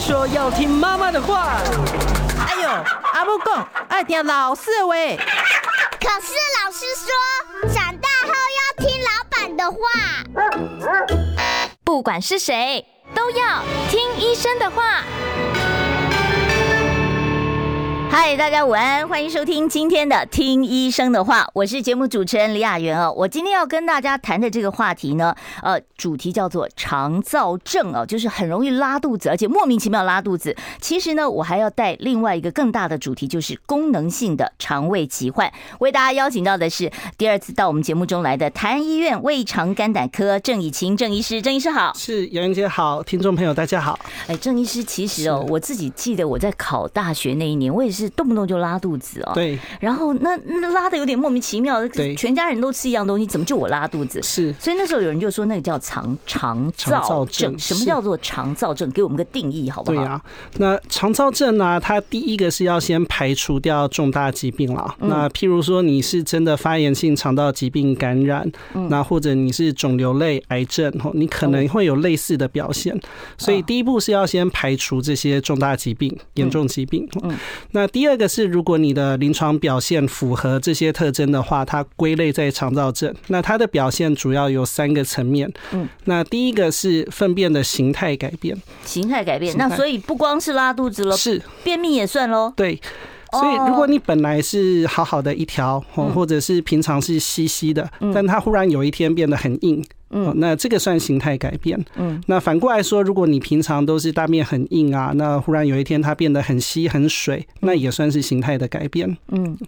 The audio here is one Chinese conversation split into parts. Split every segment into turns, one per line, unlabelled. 说要听妈妈的话。
哎呦，阿母讲爱听老师的话。
可是老师说，长大后要听老板的话。
不管是谁，都要听医生的话。嗨，大家午安，欢迎收听今天的《听医生的话》，我是节目主持人李雅媛哦。我今天要跟大家谈的这个话题呢，呃，主题叫做肠燥症哦，就是很容易拉肚子，而且莫名其妙拉肚子。其实呢，我还要带另外一个更大的主题，就是功能性的肠胃疾患。为大家邀请到的是第二次到我们节目中来的台安医院胃肠肝胆科郑以晴郑医师，郑医师好。
是杨云姐好，听众朋友大家好。
哎，郑医师，其实哦，
是
我自己记得我在考大学那一年，我也是动不动就拉肚子哦。。
对，
然后那那拉的有点莫名其妙，
对
全家人都吃一样东西，怎么就我拉肚子？
是
所以那时候有人就说那个叫肠肠
肠
燥
燥
症，
症
什么
是
叫做肠燥症？给我们个定义好不
对
好？
啊，那肠燥症呢、它第一个是要先排除掉重大疾病啦。那譬如说你是真的发炎性肠道疾病感染，那或者你是肿瘤类癌症，吼你可能会有类似的表现。所以第一步是要先排除这些重大疾病、严重疾病。那第二个是，如果你的临床表现符合这些特征的话，它归类在肠燥症。那它的表现主要有三个层面。嗯，那第一个是粪便的形态改变。
形态改变。
形态
那所以不光是拉肚子了，
是
便秘也算喽。
对。
哦
所以，如果你本来是好好的一条，
嗯
哦，或者是平常是稀稀的，但它忽然有一天变得很硬，嗯，那这个算形态改变。嗯，那反过来说，如果你平常都是大便很硬啊，那忽然有一天它变得很稀很水，那也算是形态的改变。
嗯，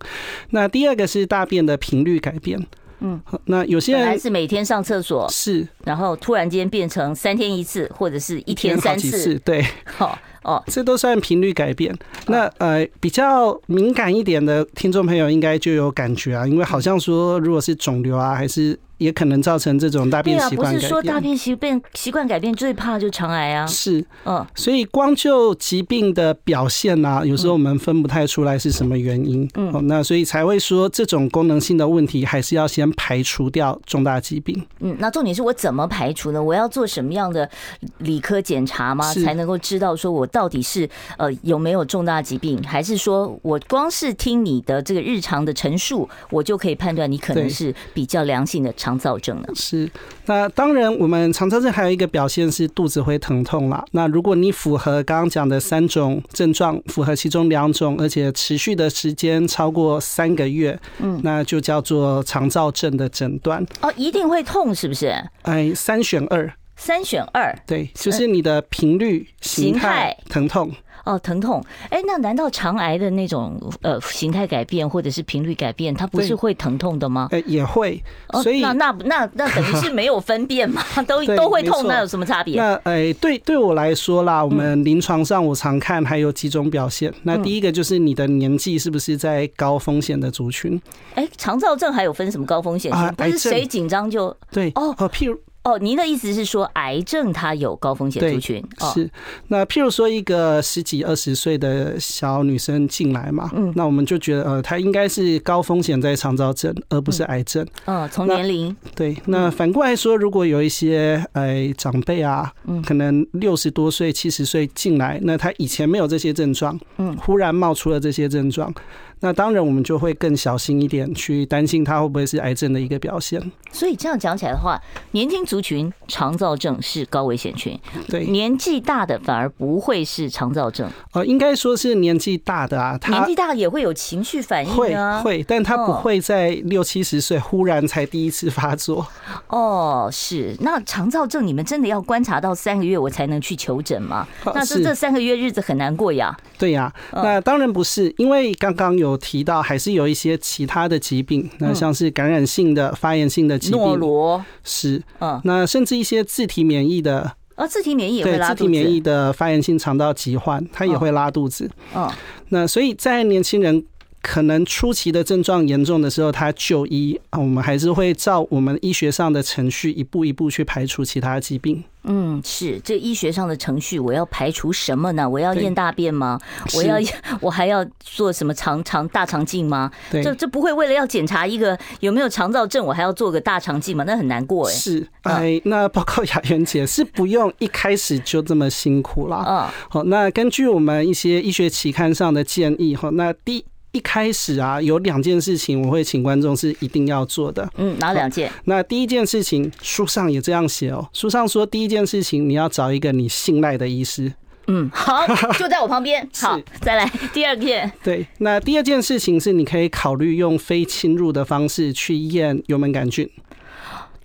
那第二个是大便的频率改变。嗯，那有些
本来
人
是每天上厕所，
是
然后突然间变成三天一次，或者是一天
好
三
几
次
次，。对。
好哦，
这都算频率改变。那
啊
呃，比较敏感一点的听众朋友应该就有感觉啊，因为好像说如果是肿瘤啊，还是也可能造成这种大
对
便
啊，
习
不
惯
是
改
说大
变。
便习变习惯改变最怕就肠癌啊。
是，
嗯，
所以光就疾病的表现啊，有时候我们分不太出来是什么原因。嗯，哦，那所以才会说这种功能性的问题还是要先排除掉重大疾病。
嗯，那重点是我怎么排除呢？我要做什么样的理科检查吗？
是
才能够知道说我到底是呃有没有重大疾病，还是说我光是听你的这个日常的陈述，我就可以判断你可能
对
是比较良性的肠燥症呢？
是，那当然，我们肠燥症还有一个表现是肚子会疼痛啦。那如果你符合刚刚讲的三种症状，符合其中两种，而且持续的时间超过三个月，嗯，那就叫做肠燥症的诊断。
哦，一定会痛是不是？
哎，三选二，
三选二
对，就是你的频率、形
形
态
态、
疼痛。
哦，疼痛。哎，那难道肠癌的那种呃形态改变或者是频率改变，它不
对
是会疼痛的吗？
哎，也会，
哦
所以、
那那那那等于是没有分 辨嘛，都
对
都会
没
痛，
错
那有什么差别？
那诶、对对我来说啦，我们临床上我常看还有几种表现。那第一个就是你的年纪是不是在高风险的族群？
哎，肠燥症还有分什么高风险
啊
型？不
癌
是
症
谁紧张就
对
哦
譬如
哦。您的意思是说，癌症它有高风险
对
族群哦？
是那譬如说一个十几二十岁的小女生进来嘛，
嗯
那我们就觉得呃，她应该是高风险在肠燥症，而不是癌症。
嗯，从
那
年龄
对，那反过来说，如果有一些呃长辈啊，
嗯
可能六十多岁、七十岁进来，那他以前没有这些症状，嗯，忽然冒出了这些症状，那当然我们就会更小心一点，去担心他会不会是癌症的一个表现。
所以这样讲起来的话，年轻族群肠燥症是高危险群，
对，
年纪大的反而不会是肠燥症，
呃，应该说是年纪大的啊，他
年纪大也会有情绪反
会
应啊。
会，但他不
嗯
会在六七十岁忽然才第一次发作。
哦，是。那肠燥症你们真的要观察到三个月我才能去求诊吗？
哦
那这
是
这嗯三个月日子很难过呀。
对呀、那当然不是，因为刚刚有提到，还是有一些其他的疾病，那像是感染性的、发炎性的疾
嗯诺
病
罗，
是，
嗯，
那甚至一些自体免疫的，
啊，自体免疫也会
对
拉
自
肚
体免疫
子，
的发炎性肠道疾患，它也
哦
会拉肚子。
嗯。
那所以在年轻人可能初期的症状严重的时候，他就医啊，我们还是会照我们医学上的程序一步一步去排除其他疾病。
嗯，是这医学上的程序，我要排除什么呢？我要
对
验大便吗？我
是
要 我还要做什么肠肠大肠镜吗？
对，
这这不会为了要检查一个有没有肠燥症，我还要做个大肠镜吗？那很难过哎、
是，
嗯
哎，那报告雅媛姐是不用一开始就这么辛苦啦。
嗯
好，那根据我们一些医学期刊上的建议，哈，那第一开始啊，有两件事情我会请观众是一定要做的。
嗯，哪两件？
那第一件事情，书上也这样写哦，书上说第一件事情你要找一个你信赖的医师。
嗯，好，就在我旁边。好
是，
再来第二件。
对，那第二件事情是你可以考虑用非侵入的方式去验幽门杆菌。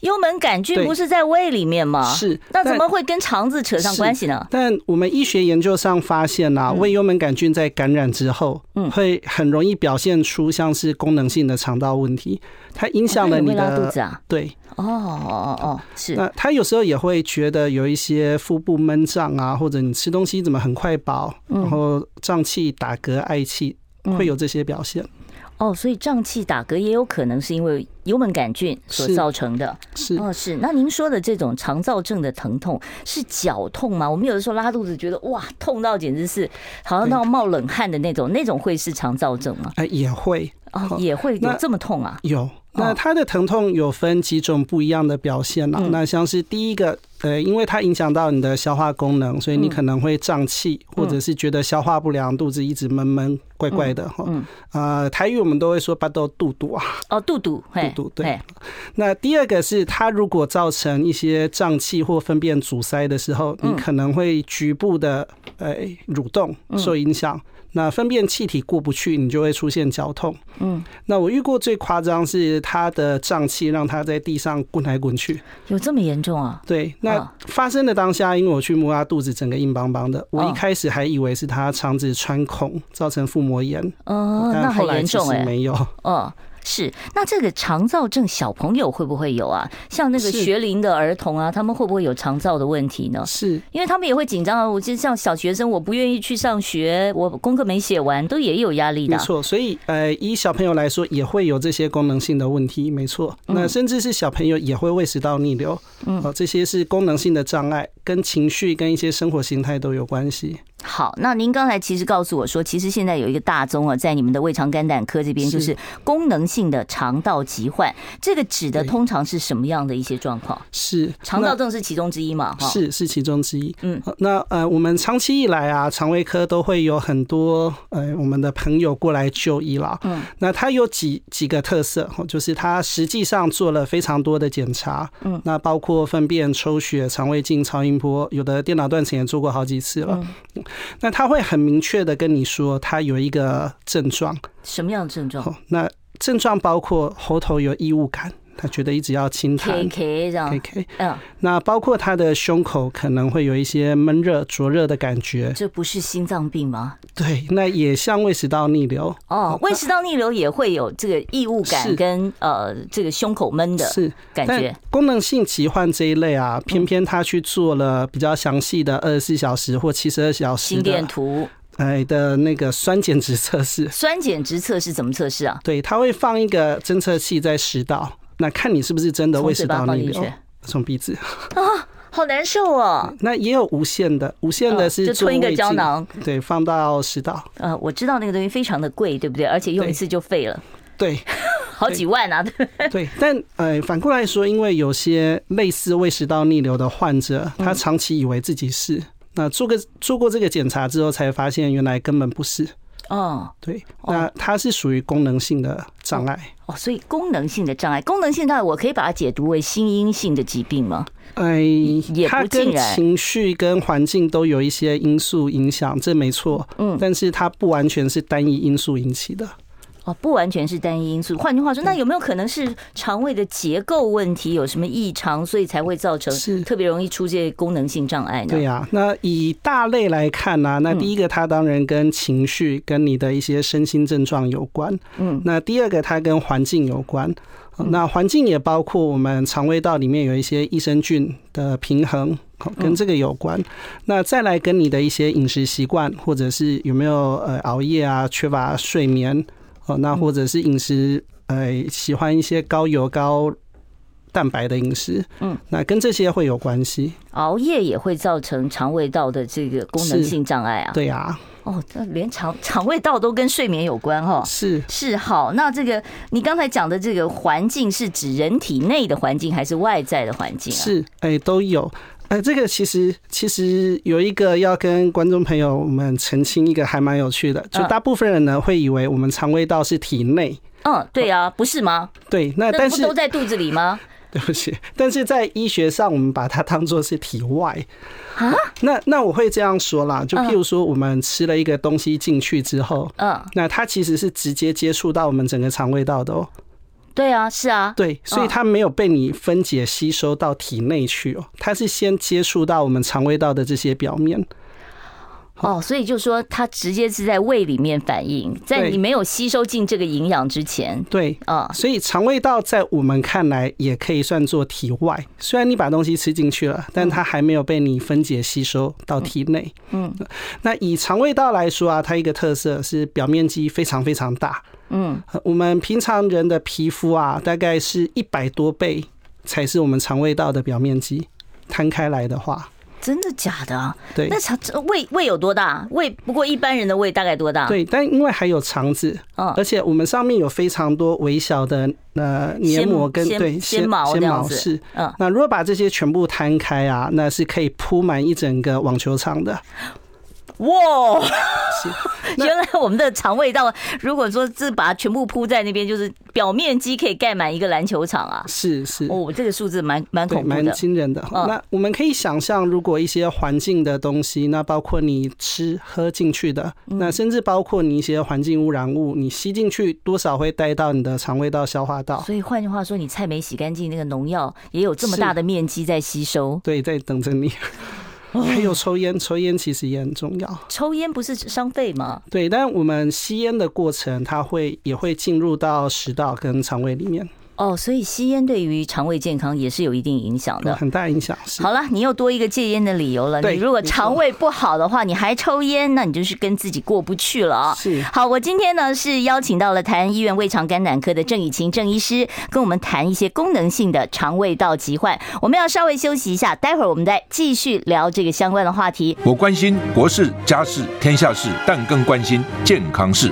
幽门杆菌
对
不是在胃里面吗？
是
啊那怎
但
么会跟肠子扯上
是
关系呢？
但我们医学研究上发现啊，胃幽门杆菌在感染之后，
嗯
会很容易表现出像是功能性的肠道问题，它影响了
哦那
你
也会拉
的、
肚子啊？
对，
哦哦哦哦，是。
那它有时候也会觉得有一些腹部闷胀啊，或者你吃东西怎么很快饱，
嗯
然后胀气、打嗝、嗳气，会有这些表现。
哦，所以胀气、打嗝也有可能是因为幽门杆菌所
是
造成的。
是
哦，是。那您说的这种肠燥症的疼痛是绞痛吗？我们有的时候拉肚子，觉得哇，痛到简直是好像
对
到冒冷汗的那种，那种会是肠燥症吗？
哎、也会
哦，
好
也会有
那
这么痛啊？
有。那它的疼痛有分几种不一样的表现啦、
嗯
那像是第一个，呃，因为它影响到你的消化功能，所以你
嗯
可能会胀气，或者是觉得消化不良，肚子一直闷闷怪怪的哈。
嗯
呃，台语我们都会说“巴豆肚肚”啊。
哦，肚肚，嘿
肚肚对
嘿
那第二个是，它如果造成一些胀气或粪便阻塞的时候，
嗯
你可能会局部的呃蠕动受影响。那粪便气体过不去，你就会出现绞痛。
嗯，
那我遇过最夸张是它的胀气让它在地上滚来滚去。
有这么严重啊？
对，那发生的当下，因为我去摸它肚子，整个硬邦邦的，我
哦
一开始还以为是它肠子穿孔造成腹膜炎，
哦，那
但
很
后来
严
其
重哎、
实没有。
哦，是。那这个肠燥症小朋友会不会有啊？像那个
是
学龄的儿童啊，他们会不会有肠燥的问题呢？
是
因为他们也会紧张啊。我就像小学生，我不愿意去上学，我功课没写完，都也有压力的
没
啊。
错，所以呃，以小朋友来说，也会有这些功能性的问题，没错。
嗯
那甚至是小朋友也会胃食道逆流，嗯、这些是功能性的障碍，跟情绪跟一些生活形态都有关系。
好，那您刚才其实告诉我说，其实现在有一个大宗啊，在你们的胃肠肝胆科这边，
是
就是功能性的肠道疾患，这个指的
对
通常是什么样的一些状况？
是
肠
那
道症是其中之一嘛？哈，
是是其中之一。
嗯
好，那呃，我们长期以来啊，肠胃科都会有很多呃我们的朋友过来就医啦。
嗯，
那它有几几个特色，哦就是它实际上做了非常多的检查，
嗯，
那包括粪便抽血、肠胃镜、超音波，有的电脑断层也做过好几次了。
嗯
那它会很明确的跟你说，它有一个症状，
什么样的症状
哦，那症状包括喉头有异物感，他觉得一直要清
？K
痰。
K 这样
K，K，
嗯，
那包括他的胸口可能会有一些闷热、灼热的感觉，
这不是心脏病吗？
对，那也像胃食道逆流，
哦，胃食道逆流也会有这个异物感
是
跟呃这个胸口闷的
是
感
但
觉。
功能性疾患这一类啊，偏偏他去做了比较详细的二十四小时或七十二小时
心电
的
图、
哎的那个酸碱值测试，
酸碱值测试怎么测试啊？
对，他会放一个侦测器在食道，那看你是不是真的
从
胃
嘴
食
巴
道
放
逆
进
流
去，，
从鼻子。
好难受哦。
那也有无线的，无线的
嗯就是
做
吞一个
胃
胶
镜
囊，
对，放到食道，
呃，我知道那个东西非常的贵，对不对？而且用一
嗯对
次就废了，
对。
好几万啊！对
对，但呃，反过来说，因为有些类似胃食道逆流的患者，
嗯
他长期以为自己是，那做个做过这个检查之后，才发现原来根本不是。
哦
对，那它是属于功能性的障碍。
哦，所以功能性的障碍，功能性障碍，我可以把它解读为心因性的疾病吗？
哎
也，
它
不尽
跟
然
情绪跟环境都有一些因素影响，这没错。
嗯
但是它不完全是单一因素引起的。
哦，不完全是单一因素。换句话说，那有没有可能是肠胃的结构问题有什么异常，所以才会造成
是
特别容易出现功能性障碍呢？
对呀、那以大类来看呢、
嗯
那第一个它当然跟情绪、跟你的一些身心症状有关，
嗯，
那第二个它跟环境有关，呃那环境也包括我们肠胃道里面有一些益生菌的平衡。好
嗯
跟这个有关，那再来跟你的一些饮食习惯，或者是有没有呃熬夜啊、缺乏睡眠，哦，
嗯
那或者是饮食，呃，喜欢一些高油高蛋白的饮食，
嗯，
那跟这些会有关系，
熬夜也会造成肠胃道的这个功能
是
性障碍啊。
对啊，
哦，那连肠 肠胃道都跟睡眠有关哈、哦。
是。
是好，那这个你刚才讲的这个环境是指人体内的环境还是外在的环境啊？
是，哎、都有。哎、这个其实其实有一个要跟观众朋友们澄清一个还蛮有趣的，就
嗯
大部分人呢会以为我们肠胃道是体内，
嗯，对啊，不是吗？
对，那
那
但
不
是
都在肚子里吗？
对不起，但是在医学上我们把它当做是体外。
啊，
那那我会这样说啦，就譬如说我们吃了一个东西进去之后，
嗯，
那它其实是直接接触到我们整个肠胃道的哦、
对啊，是啊，
对，所以它没有被你分解吸收到体内去哦，它是先接触到我们肠胃道的这些表面。
哦，所以就说它直接是在胃里面反应，在
对
你没有吸收进这个营养之前，
对，
啊、
所以肠胃道在我们看来也可以算作体外，虽然你把东西吃进去了，但它还没有被你分解吸收到体内。
嗯，
那以肠胃道来说啊，它一个特色是表面积非常非常大。
嗯，
呃我们平常人的皮肤啊，大概是一百多倍才是我们肠胃道的表面积。摊开来的话，
真的假的啊？
对
那肠这胃胃有多大？胃不过一般人的胃大概多大？，
对，但因为还有肠子，
嗯
而且我们上面有非常多微小的呃黏膜跟
纤
对
纤毛
纤
这样
毛
子
是
嗯，
那如果把这些全部摊开啊，那是可以铺满一整个网球场的。
哇，
是，那
原来我们的肠胃道，如果说这把它全部铺在那边，就是表面积可以盖满一个篮球场啊！
是是，
哦，这个数字蛮蛮
对，
恐怖
蛮
的。
惊人的。
嗯
那我们可以想象，如果一些环境的东西，那包括你吃喝进去的，
嗯
那甚至包括你一些环境污染物，你吸进去多少会带到你的肠胃道、消化道。
所以换句话说，你菜没洗干净，那个农药也有这么
是
大的面积在吸收。
对，在等着 你。还有抽烟，抽烟其实也很重要。
抽烟不是伤肺吗？
对，但我们吸烟的过程，它会也会进入到食道跟肠胃里面，
哦，所以吸烟对于肠胃健康也是有一定影响
有
的。
很大影响。是
好了，你又多一个戒烟的理由了。
对
你如果
没错
肠胃不好的话，你还抽烟，那你就是跟自己过不去了啊。
是。
好，我今天呢是邀请到了台安医院胃肠肝胆科的郑雨晴郑医师，跟我们谈一些功能性的肠胃道疾患。我们要稍微休息一下，待会儿我们再继续聊这个相关的话题。
我关心国事、家事、天下事，但更关心健康事。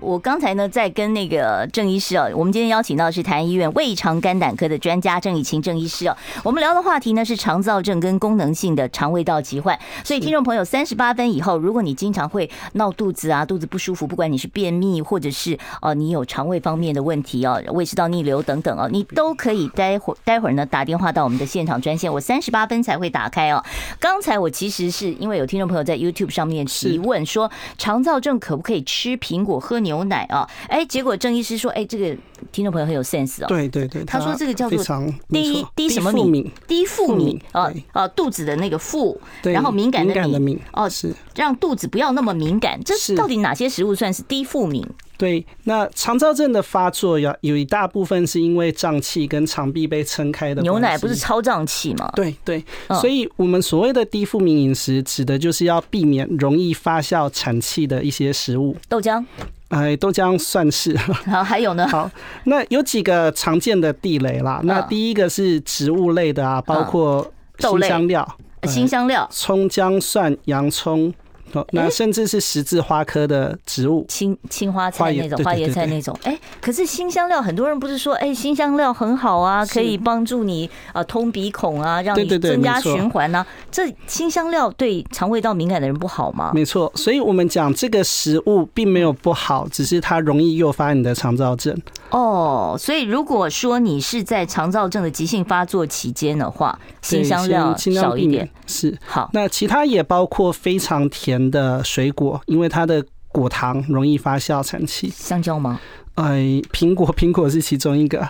我刚才呢，在跟那个郑医师哦，我们今天邀请到的是台安医院胃肠肝胆科的专家郑以晴郑医师哦，我们聊的话题呢是肠燥症跟功能性的肠胃道疾患。所以听众朋友，三十八分以后，如果你经常会闹肚子啊，肚子不舒服，不管你是便秘或者是哦、呃你有肠胃方面的问题哦，胃食道逆流等等哦，你都可以待会儿待会儿呢打电话到我们的现场专线，我三十八分才会打开哦。刚才我其实是因为有听众朋友在 YouTube 上面提问说，肠燥症可不可以吃苹果、喝牛奶啊？哎，结果郑医师说，哎，这个听众朋友很有 sense 哦。
对对对，
他说
它
这个叫做
非常没
低
错
低什么
负
敏？低腹
腹
敏
敏
啊
对
啊，肚子的那个腹，
对
然后敏感的
敏
敏，
敏
哦
是
让肚子不要那么敏感。这
是
到底哪些食物算是低腹敏？
对。那肠燥症的发作有有一大部分是因为胀气跟肠壁被撑开的
牛
关
奶
系
不是超胀气吗？
对对
嗯，
所以我们所谓的低负敏饮食，指的就是要避免容易发酵产气的一些食物，
豆 浆，
哎，豆浆算是。
然后还有呢？
好，那有几个常见的地雷啦。那
嗯
第一个是植物类的啊，包括
豆
新
类
香料、呃
新香料、
葱、姜、蒜、洋葱，哦，那
诶
甚至是十字花科的植物。
青青花菜
花椰
那种
对对
花
对
椰菜
对
那种，哎、可是新香料很多人不是说，哎、新香料很好啊，可以帮助你啊、呃通鼻孔啊，让你
对对对
增加
没错
循环呐、啊这新香料对肠胃道敏感的人不好吗？
没错，所以我们讲这个食物并没有不好，只是它容易诱发你的肠燥症。
哦，所以如果说你是在肠燥症的急性发作期间的话，
对
新香料
先尽量
少一
避免
点。
是，
好，
那其他也包括非常甜的水果，因为它的果糖容易发酵产气。
香蕉吗？
哎，苹果，苹果是其中一个。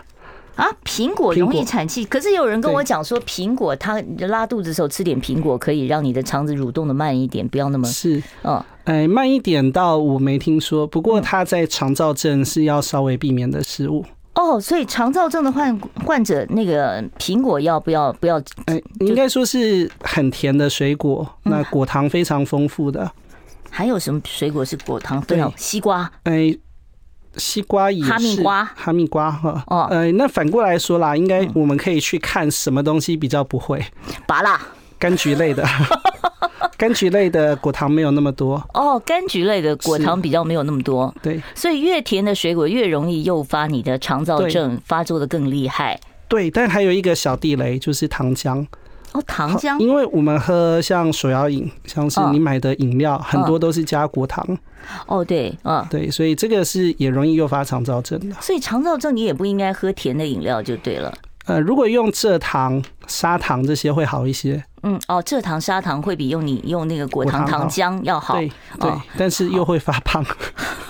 啊，苹果容
苹
易
果
产气，可是有人跟我
对
讲说，苹果它拉肚子的时候吃点苹果，可以让你的肠子蠕动的慢一点，不要那么
是，
嗯
哎，慢一点到我没听说，不过它在肠燥症是要稍微避免的食物。
哦。所以肠燥症的患患者，那个苹果要不要不要？
哎，应该说是很甜的水果，
嗯
那果糖非常丰富的。
还有什么水果是果糖非常
对
西瓜？
哎，西瓜也是
哈密瓜
哈密瓜哈。
哦嗯
哎，那反过来说啦，应该我们可以去看什么东西比较不会，
拔啦
柑橘类 的，柑橘类的果糖没有那么多。
哦，柑橘类的果
是
糖比较没有那么多，
对
所以越甜的水果越容易诱发你的肠燥
对
症发作的更厉害。
对，但还有一个小地雷就是糖浆。
哦，糖
好
浆
因为我们喝像手摇饮，像是
嗯
你买的饮料，很多都是加果糖，
哦，对，嗯，
对，所以这个是也容易诱发肠燥症的。
所以肠燥症你也不应该喝甜的饮料就对了。
呃，如果用蔗糖、砂糖这些会好一些，
嗯，哦，蔗糖、砂糖会比用你用那个果
果
糖
糖
糖
好
浆要好，
对对
哦，
但是又会发胖，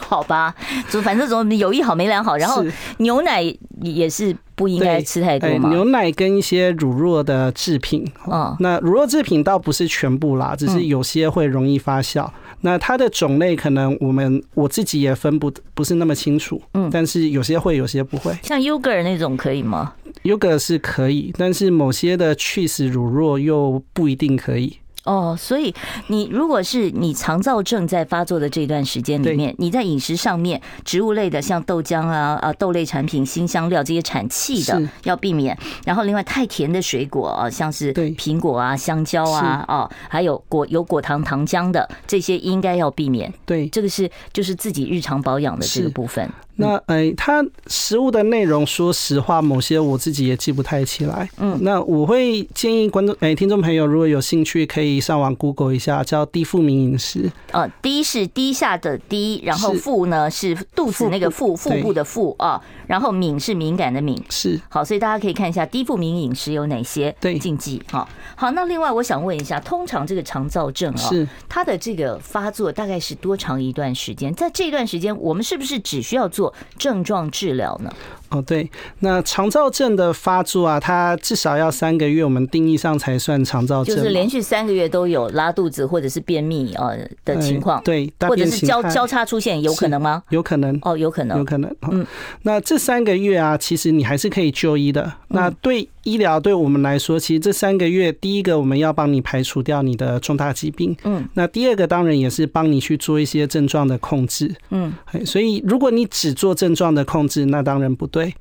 好吧？就反正总有一好没两好。啊然后
是
牛奶也是不应该
对
吃太多
哎
嘛。
牛奶跟一些乳酪的制品，
嗯
那乳酪制品倒不是全部啦，只是有些会容易发酵。那它的种类可能我们我自己也分不不是那么清楚，
嗯
但是有些会，有些不会。
像 yogurt 那种可以吗？
Yoga 是可以，但是某些的去死乳酪又不一定可以。
哦，所以你如果是你肠燥症在发作的这段时间里
对
面，你在饮食上面，植物类的像豆浆啊、啊豆类产品、新香料这些产气的
是
要避免。然后另外太甜的水果啊，像是
对
苹果啊、香蕉啊，哦，还有果有果糖糖浆的这些应该要避免。
对，
这个是就是自己日常保养的这个
是
部分。
那哎，它食物的内容，说实话，某些我自己也记不太起来。嗯，那我会建议观众哎，听众朋友如果有兴趣，可以上网 Google 一下，叫低富明饮食。
呃，低是低下的低，然后
是
腹呢是肚子
腹
那个腹
部
腹
对
部的腹啊，然后敏是敏感的敏。
是
好，所以大家可以看一下低富敏饮食有哪些
对
禁忌。好，好，那另外我想问一下，通常这个肠燥症啊、
是，
它的这个发作大概是多长一段时间？在这段时间，我们是不是只需要做症状治疗呢？
哦，对，那肠燥症的发作啊，它至少要三个月，我们定义上才算肠燥
就
症嘛。
是连续三个月都有拉肚子或者是便秘呃的
哎
情况，
对，大
或者
便
是
形
交
态
交叉出现，有可能吗？
有可能。
哦，有可能
有。可能。
嗯
嗯，那这三个月啊，其实你还是可以就医的。
嗯
那对医疗对我们来说，其实这三个月，第一个我们要帮你排除掉你的重大疾病，
嗯，
那第二个当然也是帮你去做一些症状的控制，
嗯
哎，所以如果你只做症状的控制，那当然不对。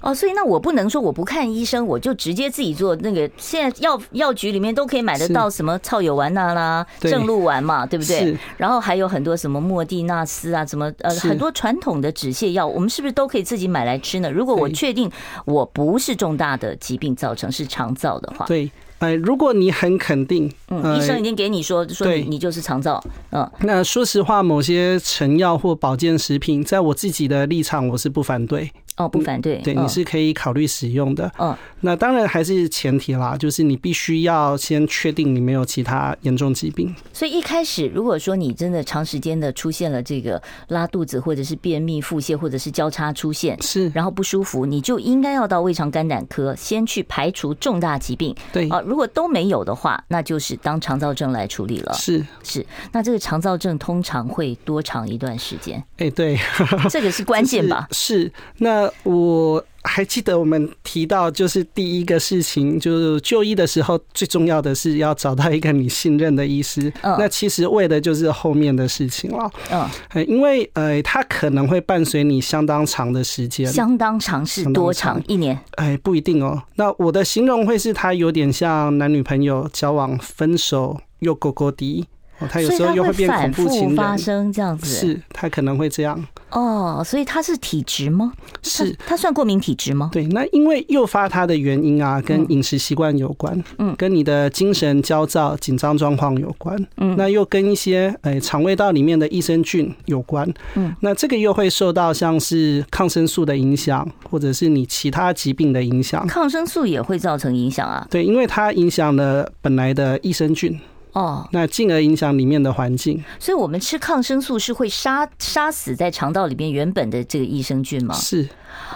哦，所以那我不能说我不看医生，我就直接自己做那个。现在药药局里面都可以买得到什么草友丸呐啦、
对
正露丸嘛，对不对
是？
然后还有很多什么莫地那斯啊，什么呃，
是
很多传统的止泻药，我们是不是都可以自己买来吃呢？如果我
对
确定我不是重大的疾病造成，是肠燥的话，
对，哎，如果你很肯定，
啊嗯，
呃
医生已经给你说说你
对
你就是肠燥，嗯，
那说实话，某些成药或保健食品，在我自己的立场，我是不反对，
哦，不反对，
对，
嗯
你是可以考虑使用的。
嗯，
那当然还是前提啦，就是你必须要先确定你没有其他严重疾病。
所以一开始，如果说你真的长时间的出现了这个拉肚子，或者是便秘、腹泻，或者是交叉出现，
是
然后不舒服，你就应该要到胃肠肝胆科先去排除重大疾病
对，
啊。如果都没有的话，那就是当肠燥症来处理了。
是，
是，那这个肠燥症通常会多长一段时间？
哎、对，
这个是关键吧？
是？是。那我还记得我们提到，就是第一个事情，就是就医的时候最重要的是要找到一个你信任的医师。
嗯
那其实为的就是后面的事情了。
嗯，
哎，因为呃，它可能会伴随你相当长的时间，
相当长是
相当
多
长
长？一年？
哎，不一定哦。那我的形容会是，它有点像男女朋友交往、分手又勾勾滴，哦，他有
所以
时候
它
又
会
变恐
反
怖
复
情
发
人，
生这样子。
是，他可能会这样。
哦，所以它是体质吗？它
是
它算过敏体质吗？
对，那因为诱发它的原因啊，跟饮食习惯有关，
嗯
跟你的精神焦躁、紧张状况有关，嗯，那又跟一些哎肠胃道里面的益生菌有关，
嗯，
那这个又会受到像是抗生素的影响，或者是你其他疾病的影响。
抗生素也会造成影响啊。
对，因为它影响了本来的益生菌，
哦，
那进而影响里面的环境。
所以我们吃抗生啊素是会杀杀死在肠道里边原本的这个益生菌吗？
是，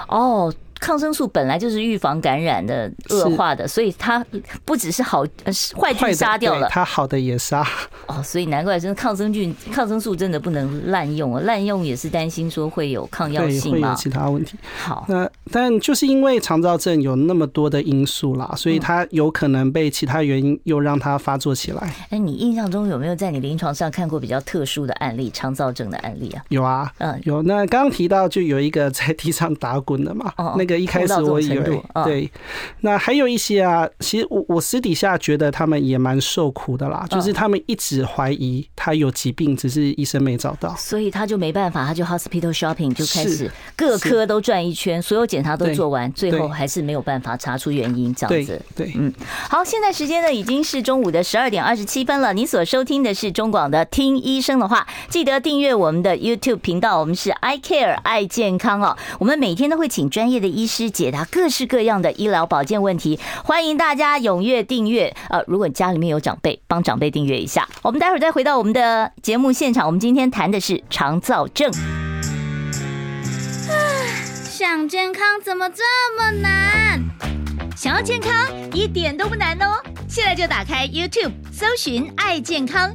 哦，抗生素本来就是预防感染的恶化的，所以它不只是好呃是坏
坏
菌
的
杀掉
对
了
它好的也杀。
哦，所以难怪真的抗生菌、抗生素真的不能滥用啊，滥用也是担心说会有抗药
对，会
性
有
嘛。
其他问题。
好，
那但就是因为肠燥症有那么多的因素啦，所
嗯
以它有可能被其他原因又让它发作起来。
哎，你印象中有没有在你临床上看过比较特殊的案例，肠燥症的案例啊？
有啊，
嗯，
有。那刚刚提到就有一个在地上打滚的嘛，
哦
那个一开始我以
痛到这种
为
程度嗯
对，那还有一些啊，其实我我私底下觉得他们也蛮受苦的
嗯
啦，就是他们一直怀疑他有疾病，只是医生没找到。
所以他就没办法，他就 hospital shopping 就开始
是
各科都转一圈，所有检查都
对
做完，最后
对
还是没有办法查出原因，这样
对
子。嗯
对，
好，现在时间呢已经是中午的十二点二十七分了。你所收听的是中广的《听医生的话》，记得订阅我们的 YouTube 频道，我们是 I Care 爱健康哦。我们每天都会请专业的医师解答各式各样的医疗保健问题，欢迎大家踊跃订阅。呃，如果你家里面有长辈，帮长辈订阅一下。我们待会儿再回到我们的节目现场，我们今天谈的是肠燥症。
想健康怎么这么难？
想要健康一点都不难哦！现在就打开 YouTube 搜寻“爱健康”，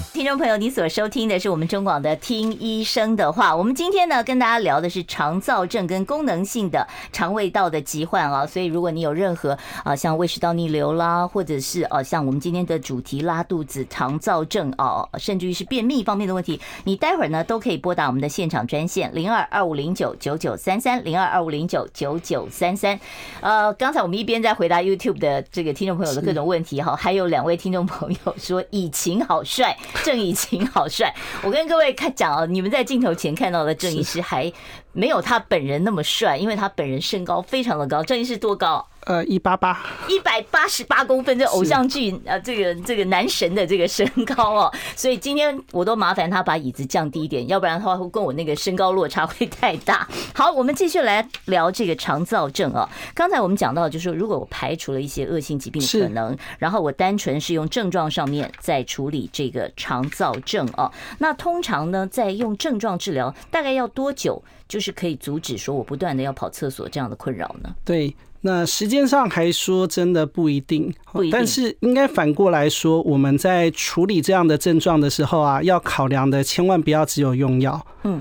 听众朋友，你所收听的是我们中广的《听医生的话》。我们今天呢，跟大家聊的是肠燥症跟功能性的肠胃道的疾患啊。所以，如果你有任何啊，像胃食道逆流啦，或者是呃、像我们今天的主题拉肚子、肠燥症哦、甚至于是便秘方面的问题，你待会儿呢都可以拨打我们的现场专线零二二五零九九九三三零二二五零九九九三三。呃，刚才我们一边在回答 YouTube 的这个听众朋友的各种问题哈，还有两位听众朋友说以晴好帅，郑以晴好帅。 我跟各位看讲哦，你们在镜头前看到的郑医师还没有他本人那么帅，因为他本人身高非常的高。郑医师多高？
呃，一八八，
一百八十八公分，这偶像剧呃，这个这个男神的这个身高哦， 所以今天我都麻烦他把椅子降低一点，要不然的话会跟我那个身高落差会太大。好，我们继续来聊这个肠燥症哦。刚才我们讲到，就是说如果我排除了一些恶性疾病的
是
可能，然后我单纯是用症状上面在处理这个肠燥症哦，那通常呢，在用症状治疗大概要多久，就是可以阻止说我不断的要跑厕所这样的困扰呢？
对。那时间上还说真的不一定，
不一定
但是应该反过来说，我们在处理这样的症状的时候啊，要考量的千万不要只有用药，
嗯，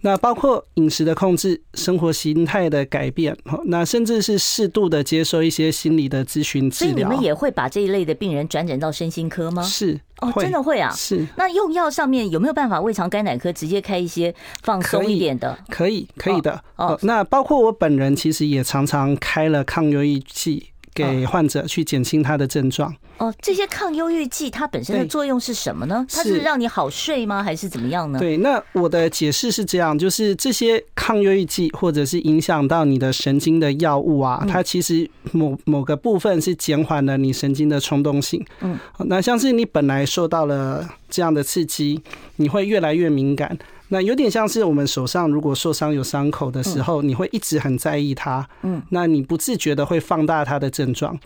那包括饮食的控制、生活形态的改变，哦那甚至是适度的接受一些心理的咨询
所以
治
你
疗
们，也会把这一类的病人转诊到身心科吗？
是
哦，
会
真的会啊。
是
那用药上面有没有办法胃肠肝胆科直接开一些放松一点的？
可以可以的
哦
哦。那包括我本人其实也常常开了抗忧郁剂给患者去减轻他的症状。
哦，这些抗忧郁剂它本身的
对
作用是什么呢？它
是
是让你好睡吗？还是怎么样呢？
对，那我的解释是这样，就是这些抗忧郁剂或者是影响到你的神经的药物
嗯
啊，它其实某某个部分是减缓了你神经的冲动性。
嗯
好，那像是你本来受到了这样的刺激，你会越来越敏感。那有点像是我们手上如果受伤有伤口的时候，你会一直很在意它。
嗯，
那你不自觉的会放大它的症状。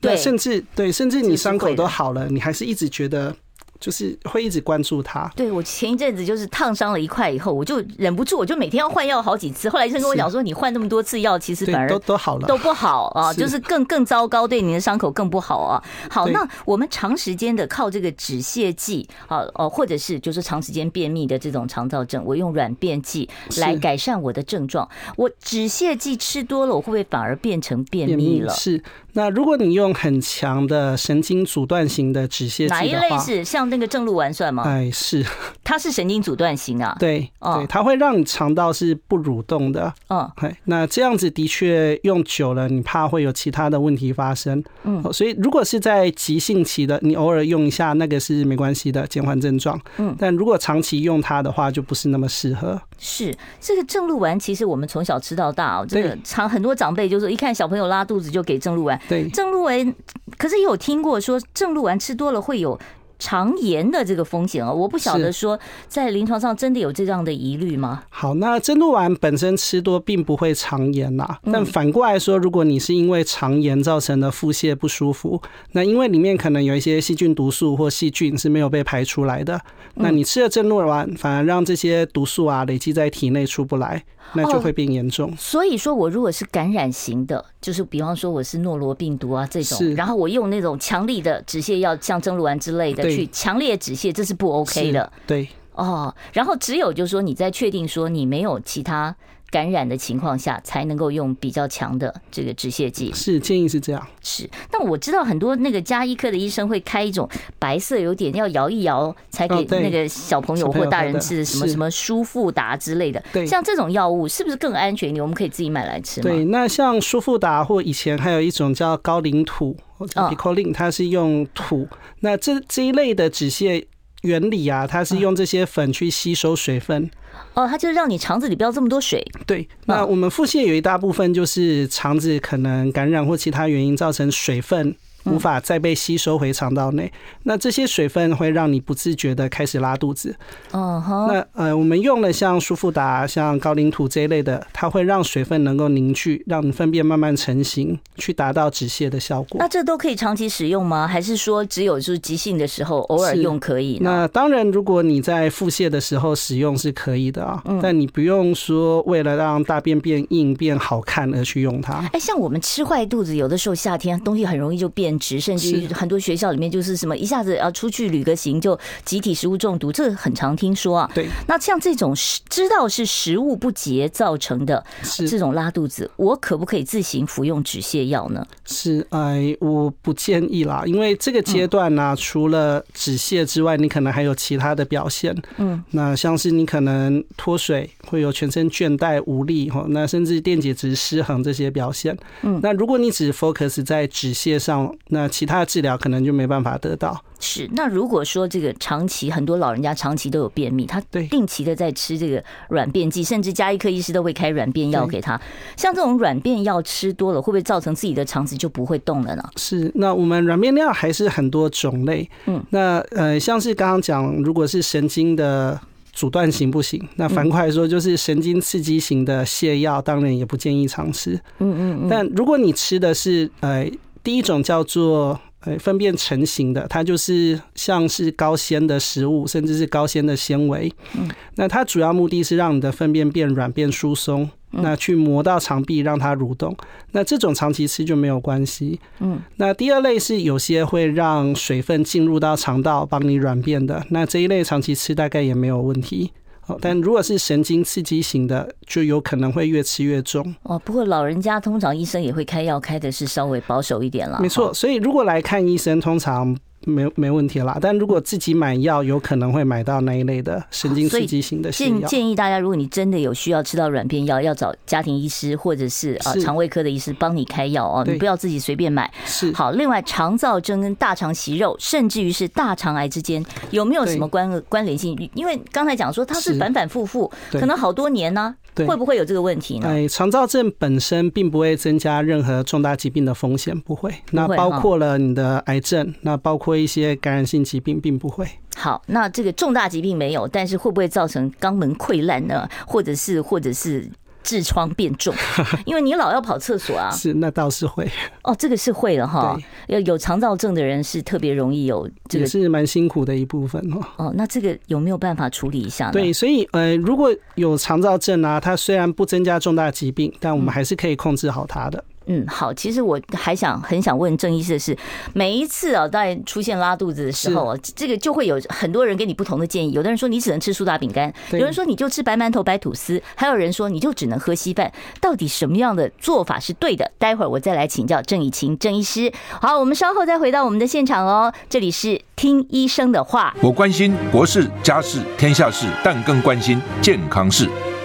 对
那甚至对，甚至
这
你
是
伤
会
口
的
都好了，你还是一直觉得就是会一直关注它。
对我前一阵子就是烫伤了一块以后，我就忍不住，我就每天要换药好几次。后来医生跟我讲说，你换那么多次药，其实
对
反，而
都都好了，
都不好啊，
是
就是更更糟糕，对你的伤口更不好啊。好，
对
那我们长时间的靠这个止泻剂啊，哦，或者是就是长时间便秘的这种肠燥症，我用软便剂来
是
改善我的症状。我止泻剂吃多了，我会不会反而变成便
便
秘了？
是。那如果你用很强的神经阻断型的止泻
哪
剂
一
的
类
话，
是像那个正露丸算吗？
哎，是
它是神经阻断型啊。，
对
哦
对，它会让你肠道是不蠕动的。
嗯，
哎，那这样子的确用久了，你怕会有其他的问题发生。
嗯
哦，所以如果是在急性期的，你偶尔用一下那个是没关系的，减缓症状。
嗯
但如果长期用它的话，就不是那么适合。
是这个正露丸，其实我们从小吃到大哦。这个
对
常很多长辈就说，一看小朋友拉肚子就给正露丸，
对，
正露丸，可是也有听过说正露丸吃多了会有肠炎的这个风险哦。我不晓得
是
说在临床上真的有这样的疑虑吗？
好，那珍珠丸本身吃多并不会肠炎啦，但反过来说，如果你是因为肠炎造成的腹泻不舒服，那因为里面可能有一些细菌毒素或细菌是没有被排出来的，那你吃了珍珠丸反而让这些毒素啊累积在体内出不来，那就会变严重。
所以说我如果是感染型的，就是比方说我是诺罗病毒啊这种，
是
然后我用那种强力的止泻药，像蒸鹿丸之类的
对
去强烈止泻，这是不 OK
是
的。
对，
哦，然后只有就是说你在确定说你没有其他感染的情况下，才能够用比较强的这个止泻剂。
是建议是这样。
是，但我知道很多那个加医科的医生会开一种白色，有点要摇一摇才给
哦对
那个小朋友
小朋
或
友
大人
喝的
吃的什么
是
什么舒复达之类的。
对
像这种药物是不是更安全一点？我们可以自己买来吃吗？
对，那像舒富达或以前还有一种叫高岭土，叫
嗯
picolin，它是用土。那这这一类的止泻原理啊，它是用这些粉去吸收水分。
哦，它就是让你肠子里不要这么多水。
对，那我们腹泻有一大部分就是肠子可能感染或其他原因造成水分。无法再被吸收回肠道内，那这些水分会让你不自觉的开始拉肚子。
嗯哼，
那呃，我们用了像舒富达、像高岭土这一类的，它会让水分能够凝聚，让你粪便慢慢成型，去达到止泻的效果
那。这都可以长期使用吗？还是说只有就是急性的时候偶尔
是
用可以呢？
那当然，如果你在腹泻的时候使用是可以的啊，但你不用说为了让大便变硬、变好看而去用它。
哎，像我们吃坏肚子，有的时候夏天东西很容易就变质，甚至于
是
很多学校里面就是什么一下子啊出去旅个行就集体食物中毒，这个很常听说啊。
对，
那像这种食知道是食物不洁造成的
是
这种拉肚子，我可不可以自行服用止泻药呢？
是，哎，我不建议啦，因为这个阶段呢、除了止泻之外，你可能还有其他的表现。
嗯，
那像是你可能脱水，会有全身倦怠、无力哈，那甚至电解质失衡这些表现。嗯，那如果你只 focus 在止泻上，那其他的治疗可能就没办法得到。
是，那如果说这个长期很多老人家长期都有便秘，他
对
定期的在吃这个软便剂，甚至加医科医师都会开软便药
对
给他。像这种软便药吃多了，会不会造成自己的肠子就不会动了呢？
是，那我们软便料还是很多种类。
嗯，
那呃，像是刚刚讲，如果是神经的阻断型不行，那反过来说，就是神经刺激型的泻药，当然也不建议常吃。
嗯嗯嗯。
但如果你吃的是呃第一种叫做呃粪便成型的，它就是像是高纤的食物，甚至是高纤的纤维。
嗯
那它主要目的是让你的粪便变软、变疏松，
嗯
那去磨到肠壁让它蠕动。那这种长期吃就没有关系。嗯，那第二类是有些会让水分进入到肠道帮你软便的，那这一类长期吃大概也没有问题。哦，
嗯
但如果是神经刺激型的，就有可能会越吃越重。
哦，不过老人家通常医生也会开药，开的是稍微保守一点了。
没错，所以如果来看医生，通常没没问题啦。但如果自己买药，有可能会买到那一类的神经刺激型的泻
建
药。
建议大家，如果你真的有需要吃到软便药，要找家庭医师或者是啊
是
肠胃科的医师帮你开药哦，你
对
不要自己随便买。
是
好，另外肠燥症跟大肠息肉，甚至于是大肠癌之间有没有什么
对
关关联性？因为刚才讲说它是
是
反反复复，
对
可能好多年呢、
对
会不会有这个问题呢？
哎，肠燥症本身并不会增加任何重大疾病的风险，不会。那包括了你的癌症，那包括一些感染性疾病，并不会。
好，那这个重大疾病没有，但是会不会造成肛门溃烂呢？或者是或者是痔疮变重？ 因为你老要跑厕所 啊。
是，那倒是会，
哦，这个是会的哈。有有肠燥症的人是特别容易有 这
也
个
是蛮辛苦的一部分哦。
哦。那这个有没有办法处理一下呢？
对，所以呃，如果有肠燥症啊，它虽然不增加重大疾病，但我们还是可以控制好它的。
嗯，好，其实我还想很想问郑医师的是，每一次啊，在出现拉肚子的时候啊，这个就会有很多人给你不同的建议。有的人说你只能吃苏打饼干，
对
有人说你就吃白馒头、白吐司，还有人说你就只能喝稀饭。到底什么样的做法是对的？待会儿我再来请教郑以晴郑医师。好，我们稍后再回到我们的现场哦。这里是听医生的话。
我关心国事、家事、天下事，但更关心健康事。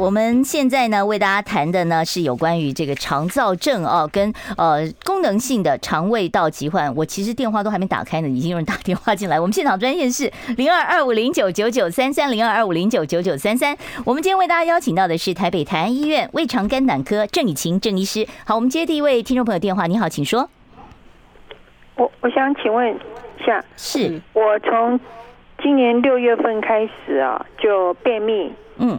我们现在呢，为大家谈的呢是有关于这个肠燥症哦，跟呃功能性的肠胃道疾患。我其实电话都还没打开呢，已经有人打电话进来。我们现场专线是 零二二五零九九九三三零二二五零九九九三三。我们今天为大家邀请到的是台北台安医院胃肠肝胆科郑以晴郑医师。好，我们接第一位听众朋友电话，你好，请说。
我我想请问一下，
是，
我从今年六月份开始啊，就便秘。
嗯，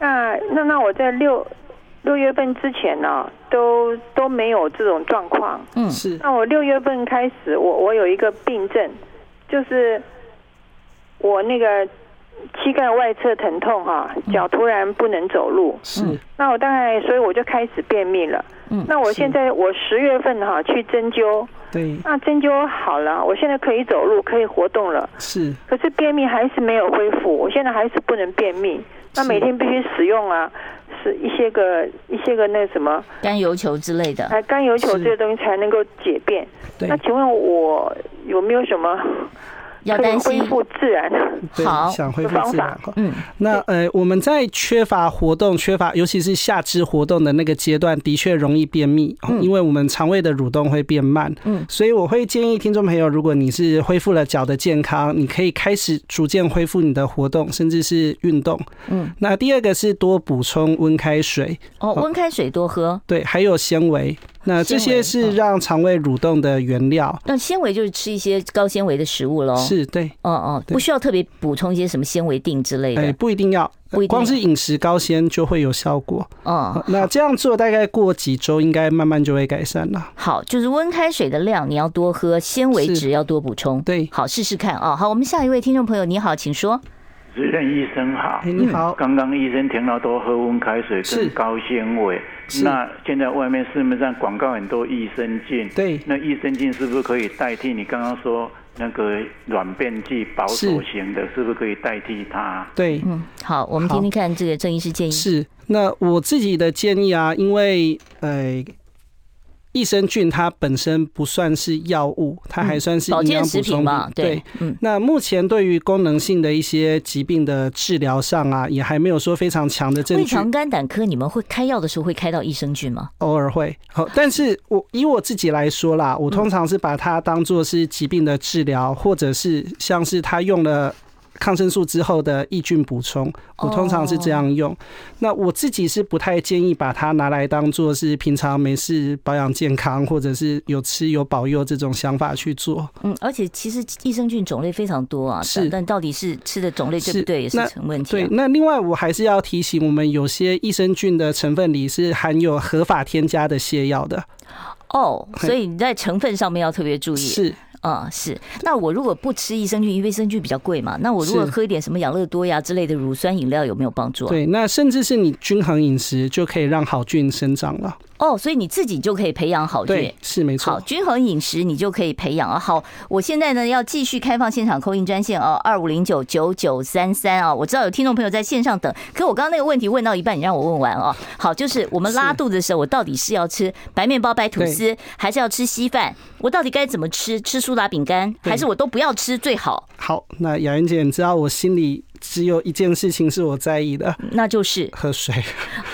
那那那我在六六月份之前呢、啊都都没有这种状况。
嗯，
是
那我六月份开始，我我有一个病症，就是我那个膝盖外侧疼痛哈、脚突然不能走路。
是
那我大概，所以我就开始便秘了。
嗯
那我现
是
在我十月份哈、去针灸，
对
那针灸好了，我现在可以走路，可以活动了。
是
可是便秘还是没有恢复，我现在还是不能便秘。那
是
每天必须使用啊，是一些个一些个那什么，
甘油球之类的。
还甘油球
是
这些东西才能够解便。
对
那请问我有没有什么
要
可以
担
恢
心
复自然？
对
好
想恢复
方
自
法
然哈。
嗯，
那呃，我们在缺乏活动、缺乏尤其是下肢活动的那个阶段，的确容易便秘，哦因为我们肠胃的蠕动会变慢。
嗯，
所以我会建议听众朋友，如果你是恢复了脚的健康，你可以开始逐渐恢复你的活动，甚至是运动。
嗯，
那第二个是多补充温开水，
哦，温开水多
嗯
喝。
对，还有纤维。那这
纤维
些
嗯
是让肠胃蠕动的原料。
那纤维就是吃一些高纤维的食物喽。，
是对，
哦哦，
对
不需要特别补充一些什么纤维锭之类
哎、
的。
不一定要，
不一定
光是饮食高纤就会有效果。
哦，
那这样做大概过几周，应该慢慢就会改善了。
好，就是温开水的量你要多喝，纤维
是
质要多补充。
对
好，试试看啊、好，我们下一位听众朋友，你好，请说。
主任医生好嗯
哎、，你好，
刚刚医生听到多喝温开水
是
跟高纤维
是，
那现在外面市面上广告很多益生菌，
对
那益生菌是不是可以代替你刚刚说那个软便剂保守
是
型的，是不是可以代替它？
对，
嗯，好，我们
好
听听看这个郑医师建议。
是。那我自己的建议啊，因为呃，益生菌它本身不算是药物，它还算是
嗯保
营
健
养
食
补
品
充
嘛
品，。
对，嗯，
那目前对于功能性的一些疾病的治疗上啊，也还没有说非常强的证
胃
据，
肠肝胆科你们会开药的时候会开到益生菌吗？
偶尔会好，但是我以我自己来说啦，我通常是把它当做是疾病的治疗，或者是像是他用了抗生素之后的抑菌补充，我
哦
通常是这样用。那我自己是不太建议把它拿来当做是平常没事保养健康，或者是有吃有保佑这种想法去做。
嗯，而且其实益生菌种类非常多啊，
是
但但到底是吃的种类对不
是
对也是
那
成问题、
对
啊。，
那另外我还是要提醒，我们有些益生菌的成分里是含有合法添加的泻药的，
哦，
嘿
所以你在成分上面要特别注意。
是
啊、是。那我如果不吃益生菌，因为益生菌比较贵嘛，那我如果
是
喝一点什么养乐多呀之类的乳酸饮料，有没有帮助、啊？，
对，那甚至是你均衡饮食就可以让好菌生长了。
哦，所以你自己就可以培养好菌
对。，是没
哦好，
错。
均衡饮食你就可以培养啊。好，我现在呢要继续开放现场扣印专线哦，二五零九九九三三啊。我知道有听众朋友在线上等，可我刚刚那个问题问到一半，你让我问完哦。好，就是我们拉
是
肚子的时候，我到底是要吃白面包、白吐司，还是要吃稀饭？我到底该怎么吃？吃苏打饼干，
对
还是我都不要吃最好？
好，那雅云姐，你知道我心里只有一件事情是我在意的，
那就是
喝水。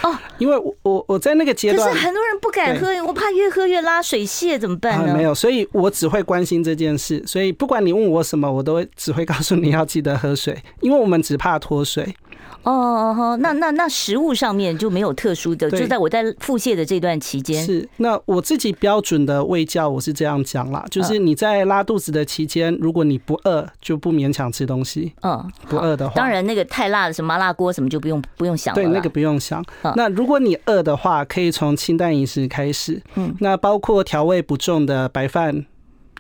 哦，
因为我我我在那个阶
可是
段。
很多人不敢喝，我怕越喝越拉水泄，怎么办
啊，
呢？
没有，所以我只会关心这件事，所以不管你问我什么，我都会只会告诉你要记得喝水，因为我们只怕脱水。
哦哦，哦那那那食物上面就没有特殊的，
对
就在我在腹泻的这段期间，
是，那我自己标准的喂教我是这样讲啦，就是你在拉肚子的期间，如果你不饿，就不勉强吃东西；
嗯，
不饿的话，
当然那个太辣的什么麻辣锅什么就不用不用想了
对，
啦，
那个不用想
嗯。
那如果你饿的话，可以从清淡饮食开始。
嗯，
那包括调味不重的白饭、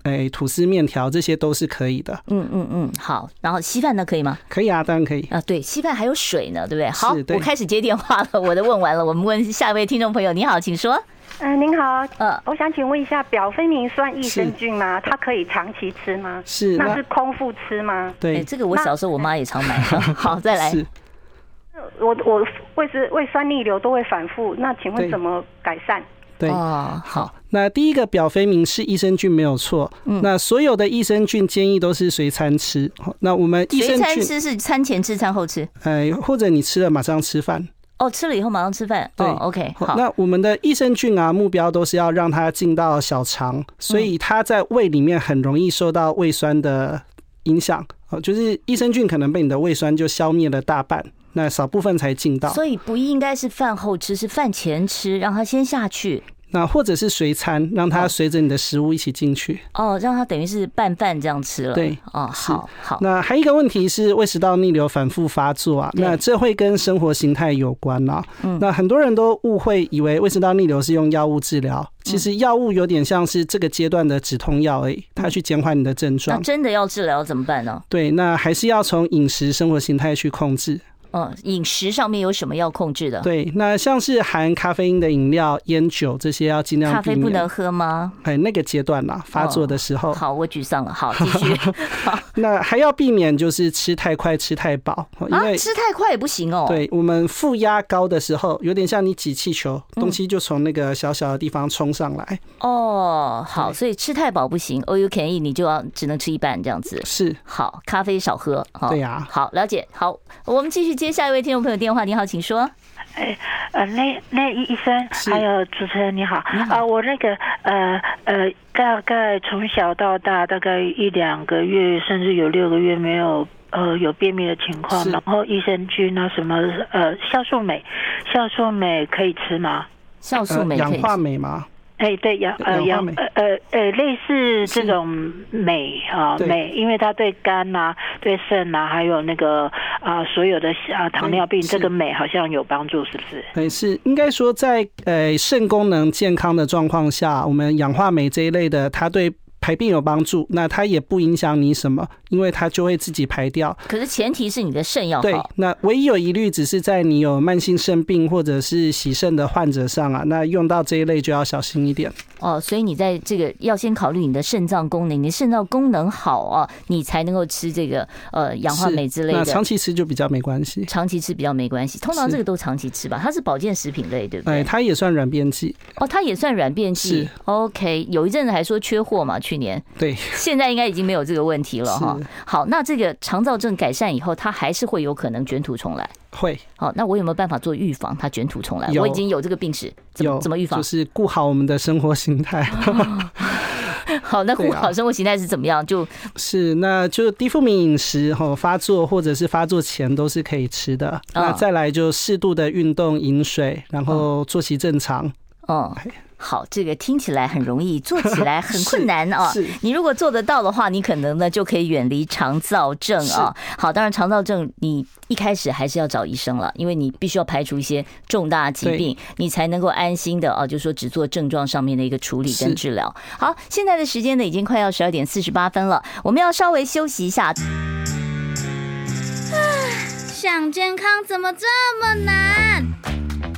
哎吐司、面条，这些都是可以的。
嗯嗯嗯，好，然后稀饭呢可以吗？
可以啊，当然可以。
啊，对，稀饭还有水呢，对不对？好
是，对
我开始接电话了，我的问完了，我们问下一位听众朋友，你好，请说。
嗯、您好，
呃，
我想请问一下，表分明算益生菌吗？它可以长期吃吗？
是
那
那
是空腹吃吗？
哎，
对，
这个我小时候我妈也常买， 好，再来。
是
我我胃是胃酸逆流都会反复，那请
对
问怎么改善？
对。
哦，好，
那第一个表非明是益生菌没有错，
嗯
那所有的益生菌建议都是随餐吃。那我们益
随
生
餐
菌，
吃是餐前吃，餐后吃。
哎，或者你吃了马上吃饭，
哦，吃了以后马上吃饭。
对
哦，OK，好，
那我们的益生菌啊，目标都是要让它进到小肠，
嗯
所以它在胃里面很容易受到胃酸的影响。哦，就是益生菌可能被你的胃酸就消灭了大半，那少部分才进到。
所以不应该是饭后吃，是饭前吃，让它先下去。
那或者是随餐，让它随着你的食物一起进去。
哦，让它等于是拌饭这样吃了。
对
哦，
是
好好，
那还有一个问题是胃食道逆流反复发作啊，
对嗯
那这会跟生活形态有关啦、那很多人都误会以为胃食道逆流是用药物治疗，
嗯
其实药物有点像是这个阶段的止痛药而已，它去减缓你的症
嗯那
状。
真的要治疗怎么办呢？
对，那还是要从饮食生活形态去控制。
嗯，饮食上面有什么要控制的？
对，那像是含咖啡因的饮料、烟酒这些要尽量
咖
避
啡不能
免。
喝吗？哦
哎，那个阶段啦，发作的时候，
好，我沮丧了。好，继 续
那还要避免就是吃太快、吃太饱，哦因
啊，
为
吃太快也不行哦。，
对我们负压高的时候，有点像你挤气球，
嗯
东西就从那个小小的地方冲上来。
哦，好，所以吃太饱不行，all you can eat，你就要只能吃一半这样子。
是，
好，咖啡少喝。好
对呀
好，了解。好，我们继续接下一位听众朋友电话。你好，请说。
呃，那那医医生
是
还有主持人你好，呃，我那个呃呃，大概从小到大，大概一两个月，甚至有六个月没有。呃，有便秘的情况
是，
然后益生菌啊，什么呃，酵素美，酵素美可以吃吗？
酵素
呃
酶可
氧
以
化镁嘛，
哎，对，氧呃
氧化
氧
镁
呃呃呃，类似
是
这种镁啊
对
镁，因为它对肝呐、对肾呐、还有那个啊、所有的啊糖尿病，
是
这个镁好像有帮助，是不是？
对，是应该说在呃肾功能健康的状况下，我们氧化镁这一类的，它对排便有帮助，那它也不影响你什么，因为它就会自己排掉。
可是前提是你的肾要
对
啊好，。
那唯一有疑虑只是在你有慢性肾病或者是洗肾的患者上啊，那用到这一类就要小心一点。
哦，所以你在这个要先考虑你的肾脏功能，你的肾脏功能好哦，你才能够吃这个呃氧化
是
镁之类
那长
的。
期吃就比较没关系。
长期吃比较没关系，通常
是
这个都长期吃吧，它是保健食品类，对不
哎，
对？
它也算软便剂，
哦，它也算软便剂
是。
OK，有一阵子还说缺货嘛，去年，
对，
现在应该已经没有这个问题了哈
是。
好，那这个肠燥症改善以后，它还是会有可能卷土重来。
会。
好，那我有没有办法做预防它卷土重来？
有
我已经有这个病史，怎么
有
怎么预防哦
就？是顾好我们的生活形态。
好，那
对
护
啊，
好生活形态是怎么样？就是
那就低富敏饮食吼、发作或者是发作前都是可以吃
啊
的。那再来就适度的运动、饮水，然
啊
后作息正常。
嗯，
哎
好，这个听起来很容易，做起来很
是
困难 啊
是。
你如果做得到的话，你可能呢就可以远离肠燥症啊。好，当然肠燥症你一开始还是要找医生了，因为你必须要排除一些重大疾病，你才能够安心的啊，就说只做症状上面的一个处理跟
是
治疗。好，现在的时间呢已经快要十二点四十八分了，我们要稍微休息一
啊
下，
想健康怎么这么难？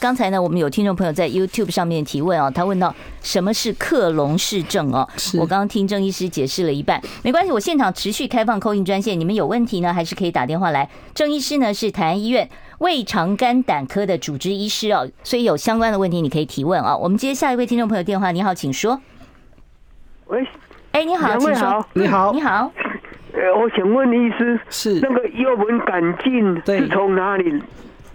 刚才呢，我们有听众朋友在 YouTube 上面提问哦，他问到什么是克隆氏症哦。
是
我刚刚听郑医师解释了一半，没关系，我现场持续开放扣印专线，你们有问题呢，还是可以打电话来。郑医师呢是台安医院胃肠肝胆科的主治医师哦，所以有相关的问题你可以提问啊、我们接下一位听众朋友电话，你好，请说。
喂，
哎，你好，
两
请
位
说
好。
你好，
你好，
呃，我想问医师，
是
那个幽门杆菌
对
是从哪里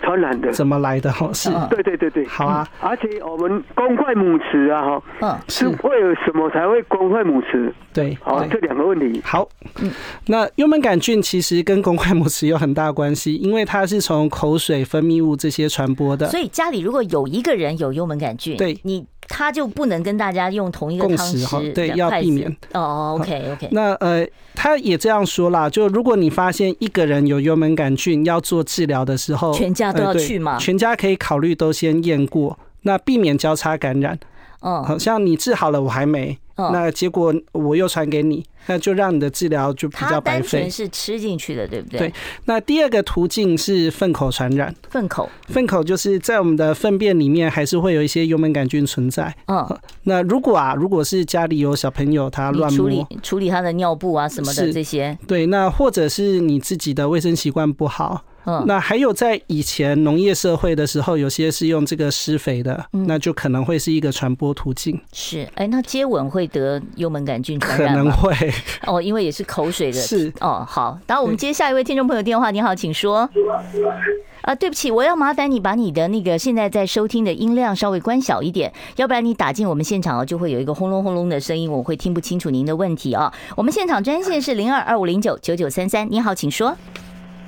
传染的？
怎么来的？哦，是，
对对对对，
好啊。
而且我们公筷母匙啊，哈，
嗯，
是
是
为了什么才会公筷母匙？
对，
好，
对
这两个问题。
好，
嗯
那幽门杆菌其实跟公筷母匙有很大关系，因为它是从口水分泌物这些传播的。
所以家里如果有一个人有幽门杆菌，
对
你他就不能跟大家用同一个
共
汤
食哈
匙，
对
的
要
筷
避
子
免。
哦，OK OK，
那呃，他也这样说啦，就如果你发现一个人有幽门杆菌要做治疗的时候，
全家都要
呃对
去吗哦
全家可以考虑都先验过，那避免交叉感染。
嗯，
好像你治好了，我还没，
嗯
那结果我又传给你，那就让你的治疗就比
它
较白
单
费
纯。是吃进去的，对不对？
对，，那第二个途径是粪口传染。
粪口，
粪口就是在我们的粪便里面还是会有一些幽门杆菌存在。
嗯，
那如果啊，如果是家里有小朋友他
你
乱
处理
摸，
处理它的尿布啊什么的
是
这些，
对，那或者是你自己的卫生习惯不好。
嗯，
那还有在以前农业社会的时候，有些是用这个施肥的，
嗯
那就可能会是一个传播途径，
是，哎，那接吻会得幽门杆菌传
可
染
能
吗？
会
哦，因为也是口水的。
是
哦，好，然后我们接下一位听众朋友电话，你好，请说。啊，对不起，我要麻烦你把你的那个现在在收听的音量稍微关小一点，要不然你打进我们现场哦，就会有一个轰隆轰隆的声音，我会听不清楚您的问题啊。我们现场专线是零二二五零九九九三三，你好，请说。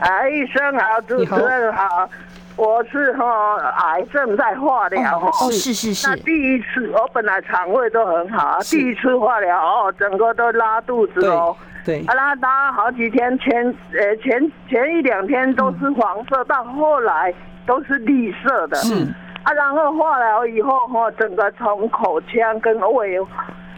啊，医生好，主持人好，我是哈、癌症在化疗
哦
哈、
哦是是是
那第一次我本来肠胃都很好，
是
第一次化疗哦，整个都拉肚子哦。
对
啊，拉拉好几天，前呃前前一两天都是黄色，到后来都是绿色的。
是
啊，然后化疗以后哈、整个从口腔跟胃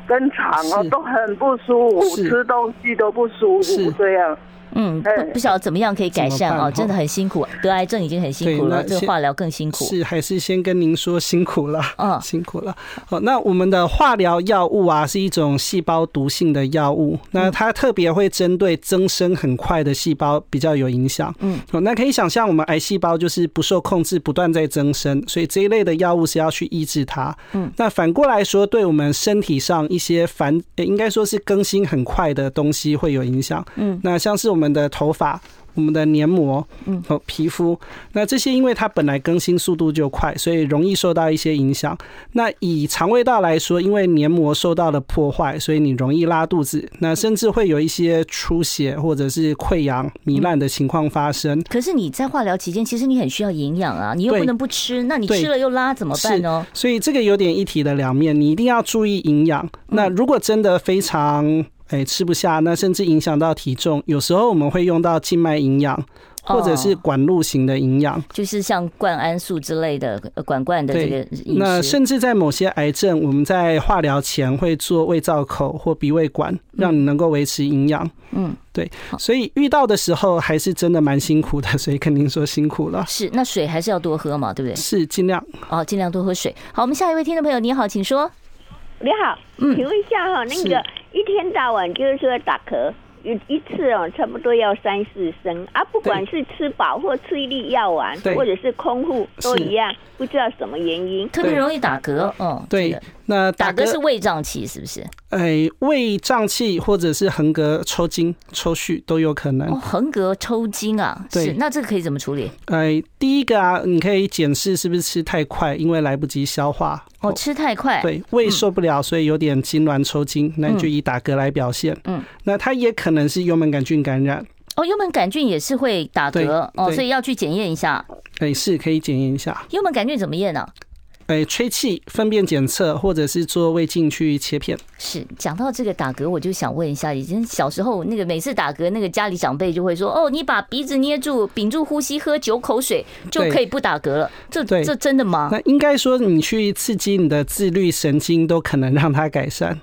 跟肠哦
是
都很不舒服，
是
吃东西都不舒
是
服这样。
嗯，不
哎
不晓得怎么样可以改善
怎么
啊，
办
真的很辛苦，得癌症已经很辛
对
苦了，
那
这
先
化疗更辛苦。
是还是先跟您说辛苦了，
嗯
辛苦了。好，那我们的化疗药物啊，是一种细胞毒性的药物，
嗯
那它特别会针对增生很快的细胞比较有影响。
嗯，
哦，那可以想象我们癌细胞就是不受控制，不断在增生，所以这一类的药物是要去抑制它。
嗯，
那反过来说，对我们身体上一些繁，呃应该说是更新很快的东西会有影响。
嗯，
那像是我们的头发。我们的黏膜，
嗯，
哦，皮肤，那这些因为它本来更新速度就快，所以容易受到一些影响。那以肠胃道来说，因为黏膜受到了破坏，所以你容易拉肚子，那甚至会有一些出血或者是溃疡、糜烂的情况发生。
可是你在化疗期间，其实你很需要营养啊，你又
对
不能不吃，那你
对
吃了又拉怎么办呢？
所以这个有点一体的两面，你一定要注意营养。那如果真的非常哎、吃不下，那甚至影响到体重，有时候我们会用到静脉营养或者是
哦
管路型的营养。
就是像灌氨素之类的、呃管灌的这个
对
饮食，
那甚至在某些癌症，我们在化疗前会做胃造口或鼻胃管，让你能够维持营养。
嗯
对，所以遇到的时候还是真的蛮辛苦的，所以肯定说辛苦了，
是那水还是要多喝嘛，对不对？
是尽量。
哦，尽量多喝水。好，我们下一位听众朋友，你好，请说。
你好，
嗯
请问一下哈、那个一天到晚就是说打嗝，一一次哦，差不多要三四声啊，不管是吃饱或吃一粒药丸，
对
或者是空腹都
是
一样，不知道什么原因。
特别容易打嗝，哦，
对，那
打
嗝
嗝是胃胀气，是不是？
哎，胃胀气或者是横膈抽筋、抽搐都有可能
哦，。横膈抽筋啊，
嗯对
是。那这个可以怎么处理？
哎，第一个啊，你可以检视是不是吃太快，因为来不及消化。
哦，吃太快，
对，胃受不了，所以有点痉挛抽筋，那你就
嗯
以打嗝来表现。
嗯，
那它也可能是幽门杆菌感染，
哦，幽门杆菌也是会打
对
嗝哦，
对
所以要去检验一下
哎，是可以检验一下。
幽门杆菌怎么验呢、啊
哎，吹气、粪便检测，或者是做胃镜去切片。
是讲到这个打嗝，我就想问一下，以前小时候那个每次打嗝，那个家里长辈就会说：“哦，你把鼻子捏住，屏住呼吸，喝九口水就
对
可以不打嗝了。”这
对
这真的吗？
那应该说，你去刺激你的自律神经，都可能让它改善。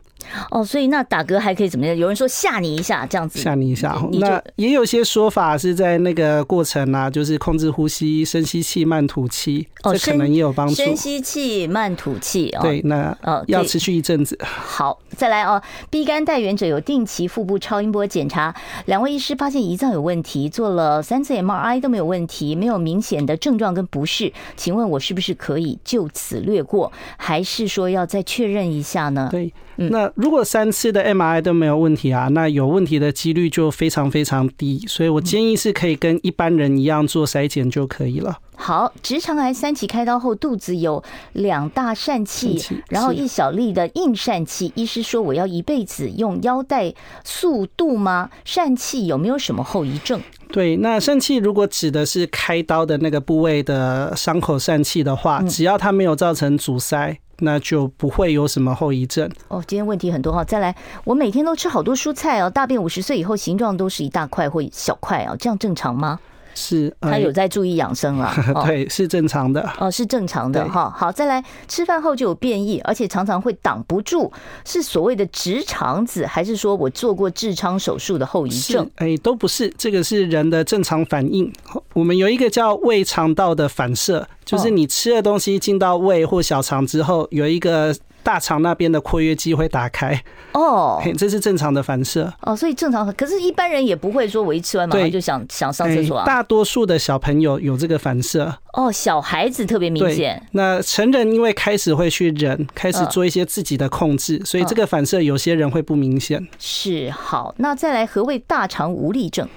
哦，所以那打嗝还可以怎么样？有人说吓你一下这样子，
吓你一下哦。
你就
那也有些说法是在那个过程啊，就是控制呼吸、深吸气、慢吐气，
哦
这可能
深
也有帮助。
深吸气，慢吐气啊。哦
对，那
哦
要
对
持续一阵子。
好，再来哦。B 肝带源者有定期腹部超音波检查，两位医师发现胰脏有问题，做了三次 MRI 都没有问题，没有明显的症状跟不适。请问我是不是可以就此略过，还是说要再确认一下呢？
对，
嗯
那如果三次的 MRI 都没有问题啊，那有问题的几率就非常非常低，所以
嗯
我建议是可以跟一般人一样做筛检就可以了。
好，直肠癌三期开刀后，肚子有两大疝
疝
气
气，
然后
是
一小粒的硬疝气。医师说我要一辈子用腰带速度吗？疝气有没有什么后遗症？
对，那疝气如果指的是开刀的那个部位的伤口疝气的
嗯
话，只要它没有造成阻塞，那就不会有什么后遗症。
哦，今天问题很多哈、再来，我每天都吃好多蔬菜哦，大便五十岁以后形状都是一大块或小块哦，这样正常吗？
是，呃。
他有在注意养生了 哦
对，是正常的。
哦，是正常的
对
哈。好，再来，吃饭后就有便意，而且常常会挡不住，是所谓的直肠子，还是说我做过痔疮手术的后遗
是
症？，
哎，都不是，这个是人的正常反应。我们有一个叫胃肠道的反射，
哦
就是你吃的东西进到胃或小肠之后，有一个大肠那边的括约肌会打开，
哦
嘿这是正常的反射。
哦，所以正常，可是一般人也不会说我一吃完马上
对
就想想上厕所
哎
啊。
大多数的小朋友有这个反射，
哦，小孩子特别明
对
显。。
那成人因为开始会去忍，开始
嗯
做一些自己的控制，所以这
嗯
个反射有些人会不明显。
是好，那再来何谓大肠无力症？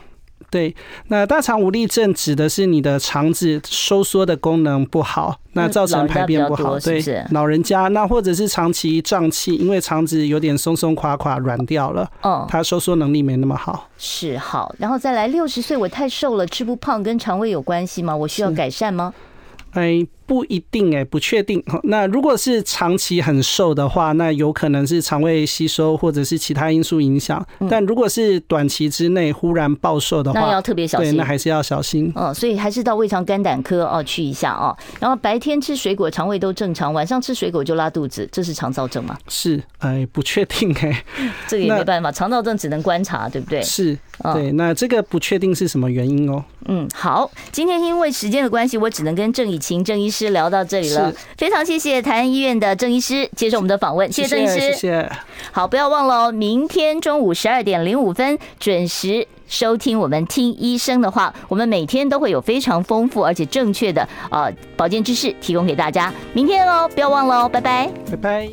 对，那大肠无力症指的是你的肠子收缩的功能不好，那
嗯
造成
老人家
排
比
便
较
不好，
多是不
对，
是
老人家那或者是长期胀气，因为肠子有点松松垮垮、软掉了，
嗯
它收缩能力没那么好。
是好，然后再来六十岁我太瘦了，吃不胖跟肠胃有关系吗？我需要改善吗？
哎，不一定哎、不确定。哦那如果是长期很瘦的话，那有可能是肠胃吸收或者是其他因素影响。但如果是短期之内忽然暴瘦的话，
嗯那要特别小心
对，那还是要小心。
嗯，所以还是到胃肠肝胆科哦去一下哦。然后白天吃水果，肠胃都正常；晚上吃水果就拉肚子，这是肠燥症吗？
是，哎，不确定哎、
这个也没
那
办法，肠燥症只能观察，对不对？
是，
嗯
对，那这个不确定是什么原因哦。
嗯，好，今天因为时间的关系，我只能跟郑以晴郑医师聊到这里了
是。
非常谢谢台安医院的郑医师接受我们的访问，谢郑医师，
谢谢。
好，不要忘了哦，明天中午十二点零五分准时收听我们听医生的话。我们每天都会有非常丰富而且正确的呃保健知识提供给大家。明天哦，不要忘了哦，拜拜。
拜拜。